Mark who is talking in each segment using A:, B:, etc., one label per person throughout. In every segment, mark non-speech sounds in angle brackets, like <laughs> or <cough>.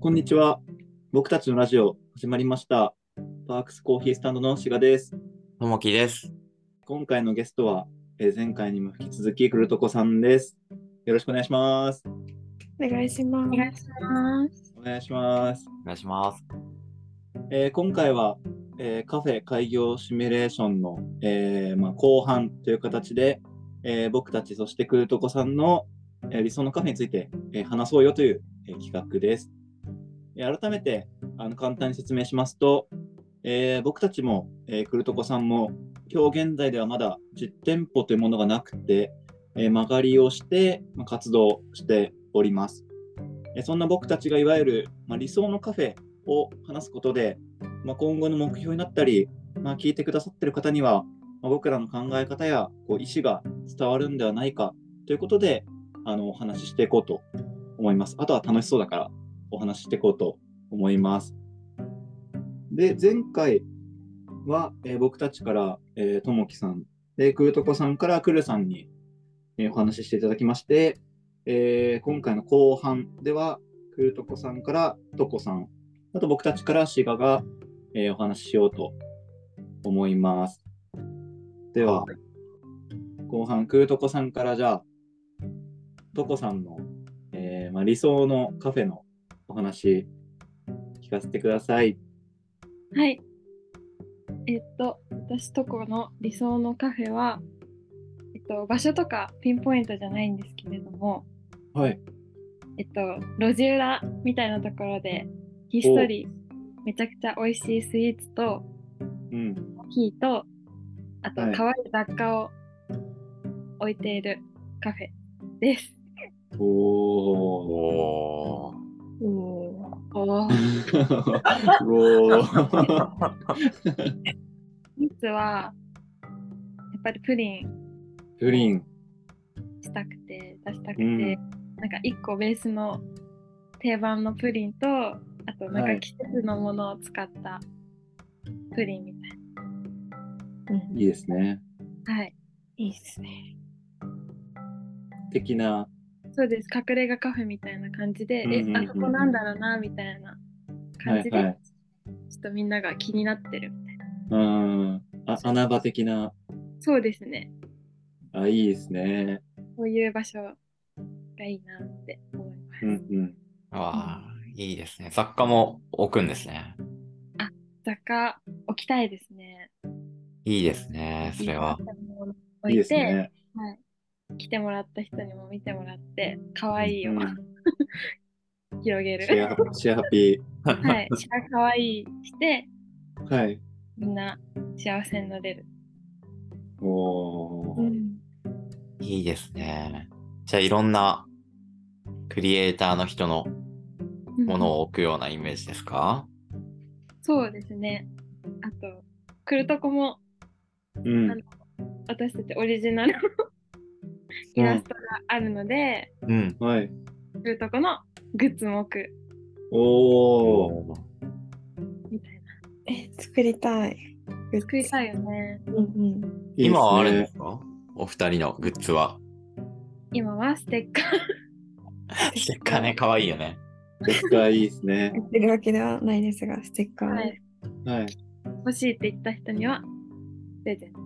A: こんにちは。僕たちのラジオ始まりました。パークスコーヒースタンドの志賀です。
B: ともきです。
A: 今回のゲストは、えー前回にも引き続き、くるとこさんです。よろしくお願いします。
C: お願いします。
D: お願いします。
A: お願いします。
B: お願いします。
A: えー今回は、えーカフェ開業シミュレーションの、えーまあ、後半という形で、えー僕たちそしてくるとこさんの、えー理想のカフェについて、えー話そうよという、えー企画です。えー改めてあの簡単に説明しますと、えー僕たちも、えー、くるとこさんも今日現在ではまだ実店舗というものがなくて、えー曲がりをして、まあ活動しております。えーそんな僕たちがいわゆる、まあ、理想のカフェを話すことで、まあ、今後の目標になったり、まあ、聞いてくださってる方には、まあ、僕らの考え方やこう意思が伝わるんではないかということであのお話ししていこうと思います。あとは楽しそうだからお話ししていこうと思います。で、前回は、えー僕たちから、えーともきさん、で、くるとこさんからくるさんに、えーお話ししていただきまして、えー今回の後半では、くるとこさんからとこさん、あと僕たちからシガが、えーお話ししようと思います。では、後半、くるとこさんからじゃあ、とこさんの、えーまあ、理想のカフェのお話、聞かせてください。
D: はい。えっと、私とこの理想のカフェは、えっと、場所とかピンポイントじゃないんですけれども、
A: はい。
D: えっと、路地裏みたいなところで、ひっそりめちゃくちゃ美味しいスイーツと、
A: うん。
D: コーヒーと、あと、
A: はい
D: 可愛い雑貨を置いているカフェです。
A: おー。
B: おー。
C: お
D: おー
A: おー。
D: スイーツは、やっぱりプリン
A: プリン。
D: したくて出したくて、
A: うん
D: なんか1個ベースの定番のプリンとあとな
A: は
D: んか
A: い
D: 季節のものを使ったプリンみたい
A: いいですね。
D: なはい
C: いいですね。
A: 的な。
D: そうです隠れ家カフェみたいな感じで、
A: うんうんうんうん
D: えあそこなんだろうなみたいな感じで、
A: はいはい
D: ちょっとみんなが気になってるみたいな
A: うん。あ穴場的な。
D: そうですね
A: あ、いいですね。
D: こういう場所がいいなって思います、
A: うんうん。
B: わあ、いいですね。作家も置くんですね。
D: 雑貨置きたいですね
B: いいですね、それは。
D: 置
A: いい
D: い
A: です
D: て
A: ね。
D: 来てもらった人にも見てもらって可愛いを、
A: うん
D: <laughs> 広げ
A: シ
D: る。
A: ェア、シェアハピ
D: はい、シェア可愛いして
A: ー。はい。
D: みんな幸せになれる。
A: おー。
B: いいですね。じゃあ、いろんなクリエイターの人のもの
D: を。
B: を置くようなイメージですか
D: そうですね。あと来るとこも
A: うん。
D: 私たちオリジナルのイラストがあるので、
B: うん。
A: はい。
D: 来るとこのグッズも置く
A: おー。
B: おー
D: みたいな。
C: え、作りたい。
D: 作りたいよね。
C: うんうん。
A: いいですね
B: 今はあるんですかお二人のグッズは。 <laughs>
D: 今はステッカー。
B: ステッカーね、かわいいよね。
A: 絶対いいですね。
C: やってるわけではないですが、ステッカーを。
D: はい、
A: はい。
D: 欲しいって言った人にはプレゼント。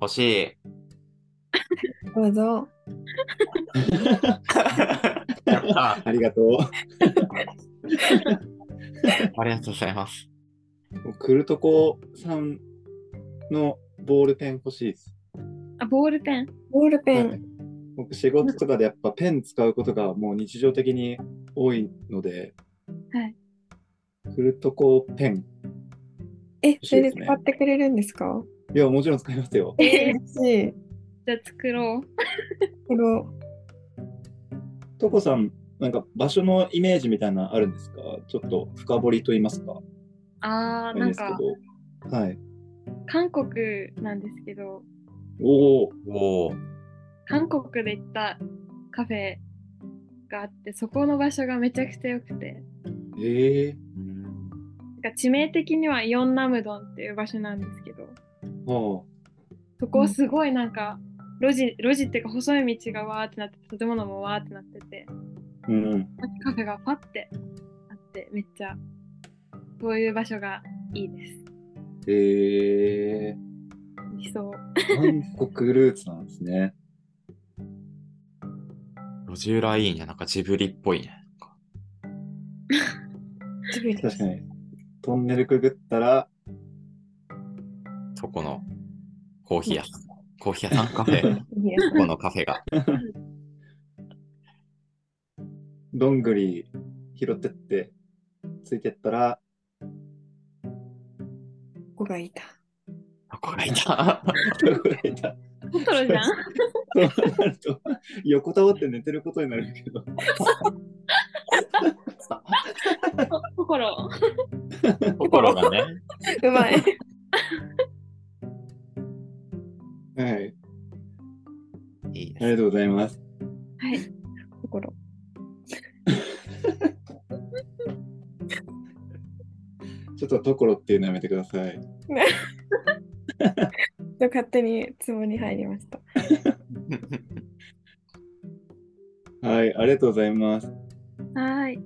B: 欲しい。
C: どうぞ。
B: やった
A: ありがと
B: ありがとうございます。
A: う。くるとこさんのボールペン欲しいです。
D: あ、ボールペン。
C: ボールペ
A: はい
C: ン。
A: 僕、仕事とかでやっぱペン使うことがもう日常的に多いので、
D: はい。
A: くるとこペン。
C: え、
A: し
C: そ
A: いで
C: れです
A: ね
C: 使ってくれるんですか
A: いや、もちろん使いますよ。
D: え
C: 嬉しい。
D: <laughs> じゃあ作ろう。
C: この
A: とこさん、なんか場所のイメージみたいなのあるんですかちょっと深掘りと言いますか
D: あ
A: あ
D: ー、
A: れ
D: な
A: で
D: ん
A: すけ
D: か
A: ど。はい。
D: 韓国なんですけど、
A: おお。
B: おー。
D: 韓国で行ったカフェがあって、そこの場所がめちゃくちゃ良くて、
A: ええ
B: うん
D: なんか地名的にはイオンナムドンっていう場所なんですけど、
A: は
D: そこすごいなんか、路地路地っていうか細い道がわーってなってて建物もわーってなってて
A: あ。うん。
D: カフェがパッてってめっちゃそういう場所がいいです
A: え
D: 理想
A: ー、韓国ルーツなんですね。
B: 路地裏いいね。なんかジブリっぽいね。なんか
C: ジブリで
A: 確
C: す
A: かに。トンネルくぐったら、
B: そこのコーヒー屋さん。コーヒー屋さ
A: <laughs>
B: んカフェ。
C: いいや
B: ここのカフェが。
A: どんぐり拾ってって、ついてったら、
C: 子が
D: <laughs>
C: いた。
B: ここがいた。
A: <laughs> どこがいた
D: トトロじゃん
A: そうなると、 <laughs> 横たわって寝てることになるけど。
D: <laughs> 心
B: 心がね。
C: うまい。
A: はい。
B: いい
A: あり
B: です。
A: がとうございます。
D: はい
C: 心。
A: ちょっとところっていうのやめてください。
C: 勝手にツボに入りました。
A: はい、ありがとうございます。
D: はーい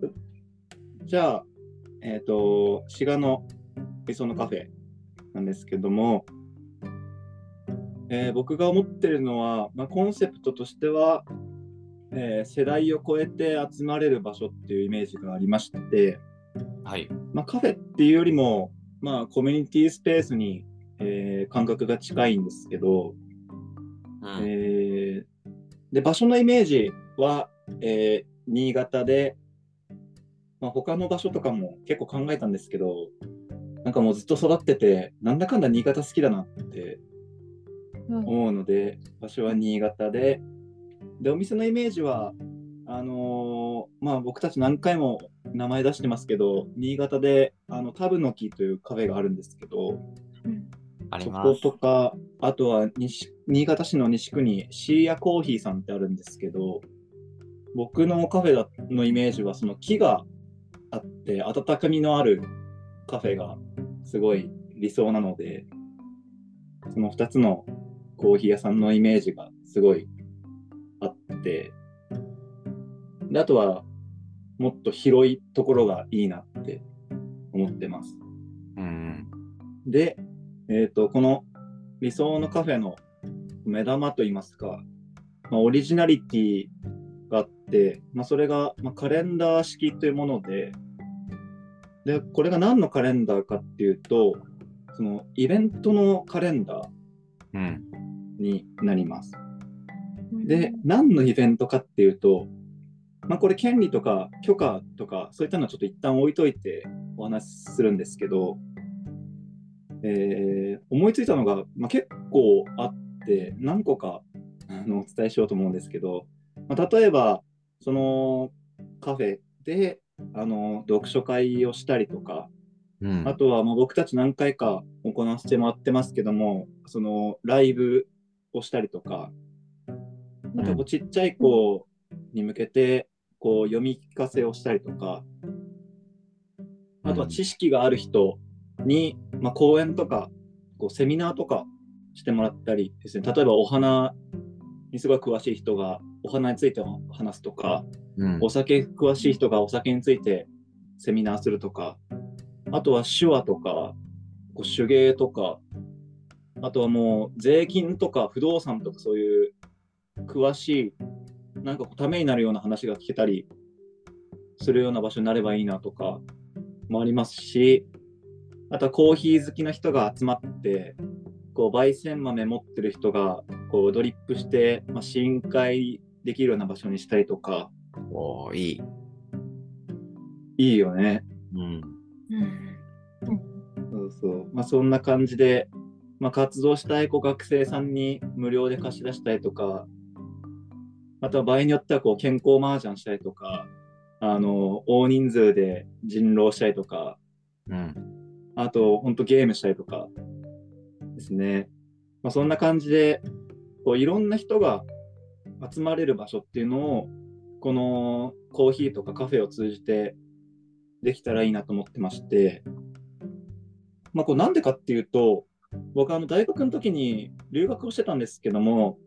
A: じゃあ、えっ、と、滋賀の理想のカフェなんですけども、えー僕が思ってるのは、まあ、コンセプトとしては、えー世代を超えて集まれる場所っていうイメージがありまして、
B: <laughs> はい。
A: まあ、カフェっていうよりも、まあ、コミュニティスペースに、えー感覚が近いんですけど、
B: うん
A: えーで場所のイメージは、えー新潟で、まあ、他の場所とかも結構考えたんですけどなんかもうずっと育っててなんだかんだ新潟好きだなって思うので、場所は新潟ででお店のイメージはあのーまあ僕たち何回も名前出してますけど新潟であのタブノキというカフェがあるんですけど、
B: あり
A: そ
B: ま
A: こ
B: す。
A: とか、あとは西新潟市の西区にシーヤコーヒーさんってあるんですけど、僕のカフェだのイメージは、その木があって、温かみのあるカフェがすごい理想なので、その2つのコーヒー屋さんのイメージがすごいあって、であとは、もっと広いところがいいなって思ってます。
B: うん。
A: で、えっとこの理想のカフェの目玉といいますか、まあ、オリジナリティがあって、まあ、それが、まあ、カレンダー式というものででこれが何のカレンダーかっていうとそのイベントのカレンダー
B: うん。
A: になります。で、何のイベントかっていうと、まあ、これ権利とか許可とかそういったのはちょっと一旦置いといてお話しするんですけど、えー思いついたのが、まあ、結構あって何個かあのお伝えしようと思うんですけど、まあ、例えばそのカフェであの読書会をしたりとか、
B: うん
A: あ。とはまあ僕たち何回か行わせてもらってますけども、そのライブをしたりとか、あとこうちっちゃい子に向けてこう読み聞かせをしたりとか、あとは知識がある人に、まあ、講演とかこうセミナーとかしてもらったりですね、例えばお花にすごい詳しい人がお花について話すとか、
B: うん
A: お酒詳しい人がお酒についてセミナーするとか、あとは手話とか、こう手芸とか、あとはもう税金とか不動産とかそういう詳しい、なんかこうためになるような話が聞けたりするような場所になればいいなとかもありますし、あとはコーヒー好きな人が集まって、こう焙煎豆持ってる人がこうドリップして、まあ、深海できるような場所にしたりとか、
B: おーいい。
A: いいよね。
B: うん。
C: うん
A: そうそう。まあそんな感じで、まあ活動したいこう学生さんに無料で貸し出したりとか、また場合によってはこう健康麻雀したりとか、あの、大人数で人狼したりとか、
B: うん。
A: あと、ほんとゲームしたりとかですね。まあそんな感じで、こういろんな人が集まれる場所っていうのを、このコーヒーとかカフェを通じてできたらいいなと思ってまして、まあ、こうなんでかっていうと、僕はあの大学の時に留学をしてたんですけども、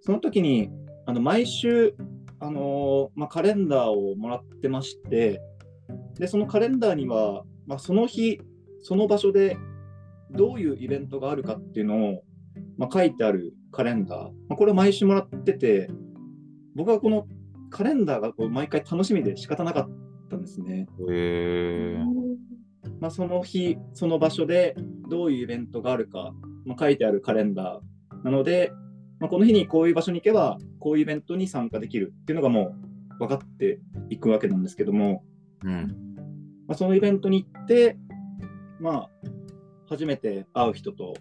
A: その時にあの毎週、あのーまあ、カレンダーをもらってまして、で、そのカレンダーには、まあ、その日、その場所でどういうイベントがあるかっていうのを、まあ、書いてあるカレンダー、まあ、これを毎週もらってて、僕はこのカレンダーがこう毎回楽しみで仕方なかったんですね。
B: へー
A: まあ、その日、その場所でどういうイベントがあるか、まあ、書いてあるカレンダーなので、まあ、この日にこういう場所に行けば、こういうイベントに参加できるっていうのがもう分かっていくわけなんですけども、
B: うん。
A: まあ、そのイベントに行って、まあ、初めて会う人と、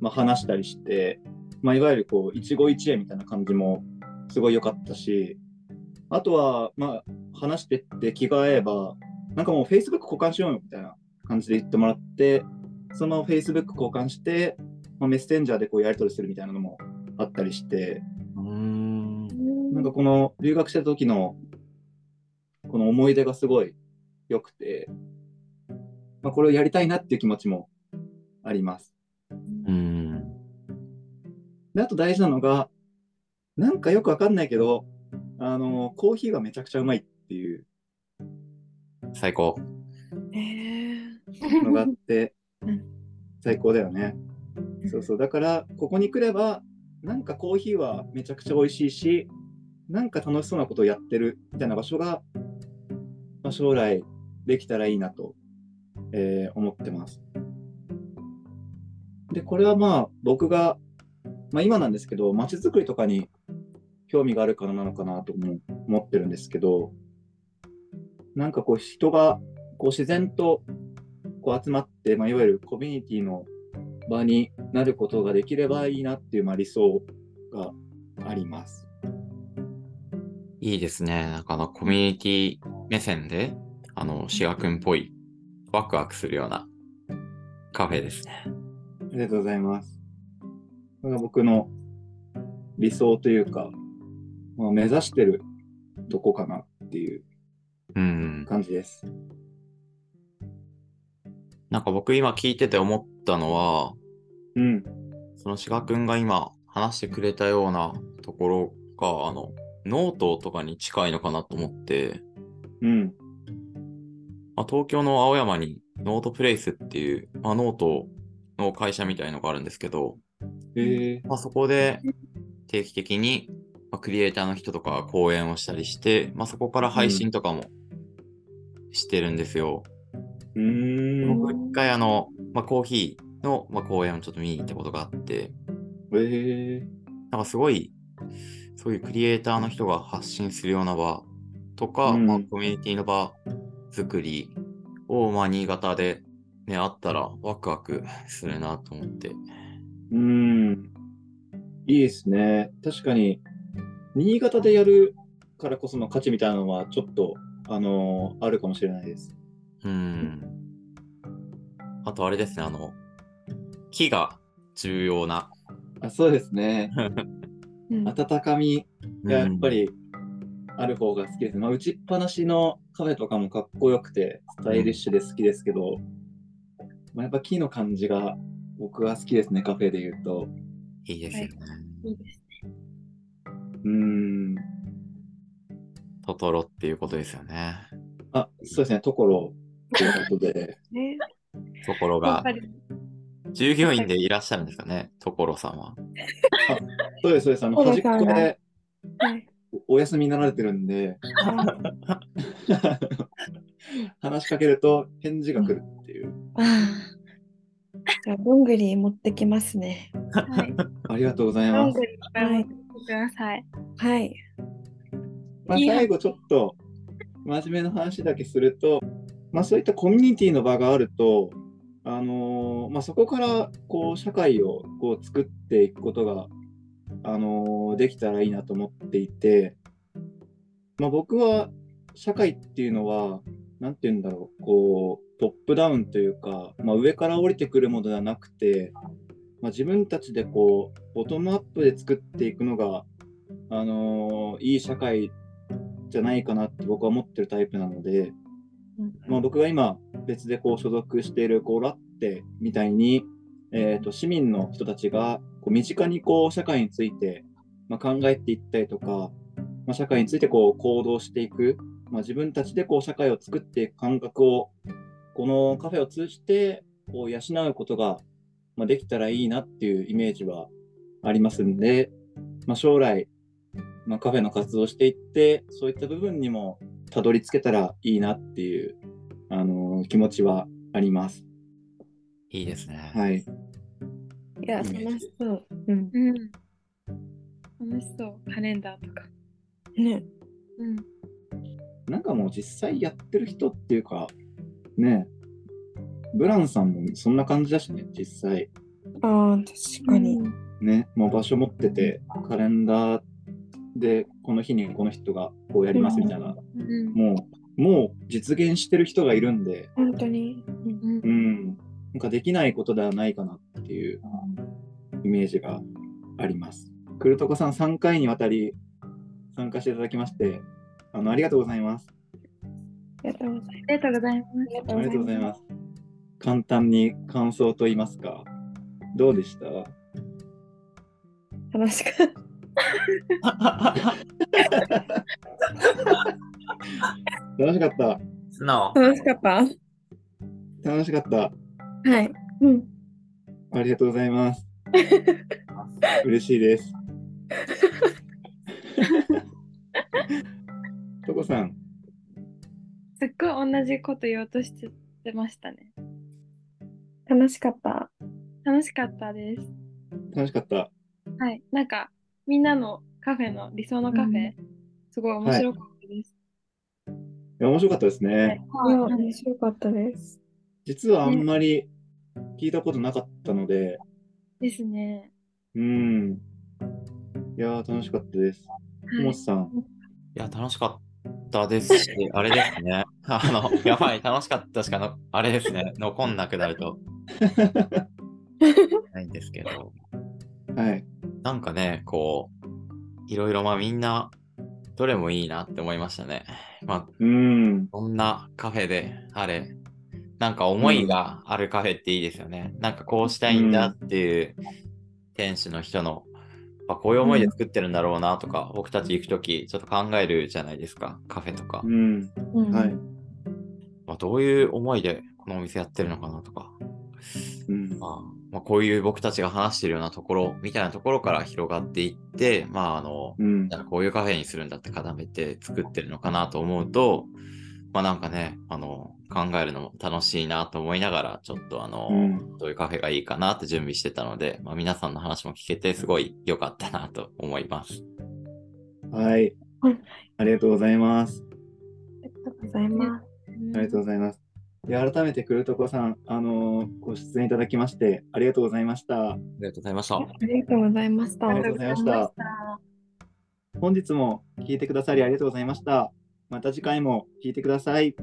A: まあ、話したりして、まあ、いわゆるこう一期一会みたいな感じもすごい良かったしあとは、まあ、話してって気が合えばなんかもう Facebook 交換しようよみたいな感じで言ってもらってその Facebook 交換して、まあ、メッセンジャーでこうやり取りするみたいなのもあったりして、
B: うん。
A: なんかこの留学した時のこの思い出がすごい良くて、まあ、これをやりたいなっていう気持ちもあります。
B: うん。
A: であと大事なのが、なんかよくわかんないけど、あの、コーヒーがめちゃくちゃうまいっていう
B: 最高。
C: えー
A: のがあって
C: うん、
A: 最高だよね。そうそう。だから、ここに来れば、なんかコーヒーはめちゃくちゃ美味しいし、なんか楽しそうなことをやってるみたいな場所が、まあ、将来できたらいいなと、えー思ってます。で、これはまあ、僕が、まあ今なんですけど、街づくりとかに興味があるからなのかなとも思ってるんですけど、なんかこう人がこう自然とこう集まって、まあ、いわゆるコミュニティの場になることができればいいなっていう、まあ、理想があります。
B: いいですね。なんかあの、コミュニティ目線で、あの、志賀くんっぽい、ワクワクするようなカフェですね。
A: ありがとうございます。これが僕の理想というか、まあ、目指してるとこかなっていう
B: うん。
A: 感じです。
B: なんか僕今聞いてて思ったのは、
A: うん。
B: その志賀くんが今話してくれたようなところが、あの、ノートとかに近いのかなと思って、
A: うん。
B: まあ、東京の青山にノートプレイスっていう、まあ、ノートの会社みたいのがあるんですけど、
A: えー、
B: まあ、そこで定期的に、まあ、クリエイターの人とかが講演をしたりして、まあ、そこから配信とかもしてるんですよ。
A: うーん。
B: 僕一回あの、まあ、コーヒーの、まあ、講演をちょっと見に行ったことがあって、
A: えー、
B: なんかすごい、そういうクリエイターの人が発信するような場とか、
A: うん
B: まあ、コミュニティの場作りを、まあ、新潟で、ね、あったらワクワクするなと思って。
A: うーん。いいですね。確かに、新潟でやるからこその価値みたいなのは、ちょっと、あのーあるかもしれないです。
B: うん。あとあれですね、あの、木が重要な。
A: あそうですね。
C: うん
A: <laughs> 温かみがやっぱ
B: うん、
A: りある方が好きです。まあ、打ちっぱなしのカフェとかもかっこよくて、スタイリッシュで好きですけど、まあ、やっぱ木の感じが僕は好きですね、カフェで言うと。
B: いいですよね。
D: いいです
A: うーん。
B: トトロっていうことですよね。
A: あ、そうですね、ところということ <laughs> で。
C: ね
B: ところ
D: ね。やっ
B: が
D: ぱ、り
B: 従業員でいらっしゃるんですかね、ところさんは。
A: そうです、そうです。あの、
C: 所
A: 端っ
C: さんが
A: こで
C: はい
A: おお休みになられてるん <laughs> で、
C: あ
A: 話しかけると返事が来るっていう。
C: あじゃあどんぐり持ってきますね。
D: はい。
A: ありがとうござい
D: ど
A: ま
D: ん
A: す
D: ぐ。りいっぱい持ってきてください。
C: はい。
A: まあ、
D: いや
A: 最後ちょっと真面目な話だけすると、まあ、そういったコミュニティの場があると、あのーまあ、そこからこう社会をこう作っていくことが、あのーできたらいいなと思っていて、まあ、僕は社会っていうのは何て言うんだろうこうトップダウンというか、まあ、上から降りてくるものではなくて、まあ、自分たちでこうボトムアップで作っていくのが、あのーいい社会じゃないかなって僕は思ってるタイプなので、
C: うん
A: まあ、僕が今別でこう所属しているこうラッテみたいに、えー、と市民の人たちがこう身近にこう社会についてまあ考えていったりとか、まあ、社会についてこう行動していくまあ、自分たちでこう社会を作っていく感覚をこのカフェを通じてこう養うことが、まあ、できたらいいなっていうイメージはありますんで、まあ、将来、まあ、カフェの活動をしていってそういった部分にもたどり着けたらいいなっていう、あのー気持ちはあります。
B: いいですね。
A: はい、
C: いや、
A: イメージ
C: 楽しそう。うん。
D: うん。楽しそう、カレンダーとか。
C: ね。
D: うん。
A: なんかもう実際やってる人っていうかねブランさんもそんな感じだしね実際。
C: ああ、確かに。
A: ね、もう場所持ってて、カレンダーでこの日にこの人がこうやりますみたいな、
D: うん。
A: もう、もう実現してる人がいるんで、
C: 本当に。うん
D: うん
A: うん、なんかできないことではないかなっていうイメージがあります。くるとこさん3回にわたり参加していただきまして、あのありがとうございます。
C: ありがとうござい
D: ありがとうございます。
C: ます。
A: ありがとうございます。簡単に感想と言いますか、どうで
D: <laughs>
A: した
C: 楽しかっ
A: 楽しかった。
B: 素直
C: た。。楽しかった。
A: 楽しかった。
C: はい。うん。
A: ありがとうございます。嬉しいです。とこさん、
D: すっごい同じこと言おうとしてましたね。
C: 楽しかった。
D: 楽しかったです。
A: 楽しかった。
D: はい。なんか、みんなのカフェの、理想のカフェ、
C: うん
D: すごい面白かったです。
A: いや面白かったですね。
C: いや、
D: はい
C: 面白かったです。
A: 実はあんまり聞いたことなかったので、
D: ですね。
A: うん。いやー楽しかったです。と
D: は
A: も
D: い
A: ちさん、
B: いや、楽しかったです <laughs> し、あれですね。あの、やばい、楽しかったしかの、あれですね。残んなくなる <laughs> と。ないんですけど。
A: はい。
B: なんかね、こう、いろいろまあみんな、どれもいいなって思いましたね。まあ、
A: うん。
B: どんなカフェであれ、なんか思いがあるカフェっていいですよね。なんかこうしたいんだっていう店主の人の、まあ、こういう思いで作ってるんだろうなとか、僕たち行くときちょっと考えるじゃないですか、カフェとか。
A: うん。
C: うん
A: はい。
B: まあ、どういう思いでこのお店やってるのかなとか、
A: うん。
B: まあまあ、こういう僕たちが話してるようなところみたいなところから広がっていって、まああの、
A: うん
B: だ。からこういうカフェにするんだって固めて作ってるのかなと思うと、まあなんかね、あの、考えるのも楽しいなと思いながら、ちょっとあの、
A: うん
B: どういうカフェがいいかなって準備してたので、まあ皆さんの話も聞けてすごい良かったなと思います。
A: はい
C: うん。
A: ありがとうございます。
C: ありがとうございます。
A: ありがとうございます。いや改めてくるとこさん、あのーご出演いただきまして、ありがとうございました。
B: ありがとうございました。
C: ありがとうございました。
A: ありがとうございました
D: ありがとうござい
A: 本日も聞いてくださりありがとうございました。また次回も聞いてください。
C: あ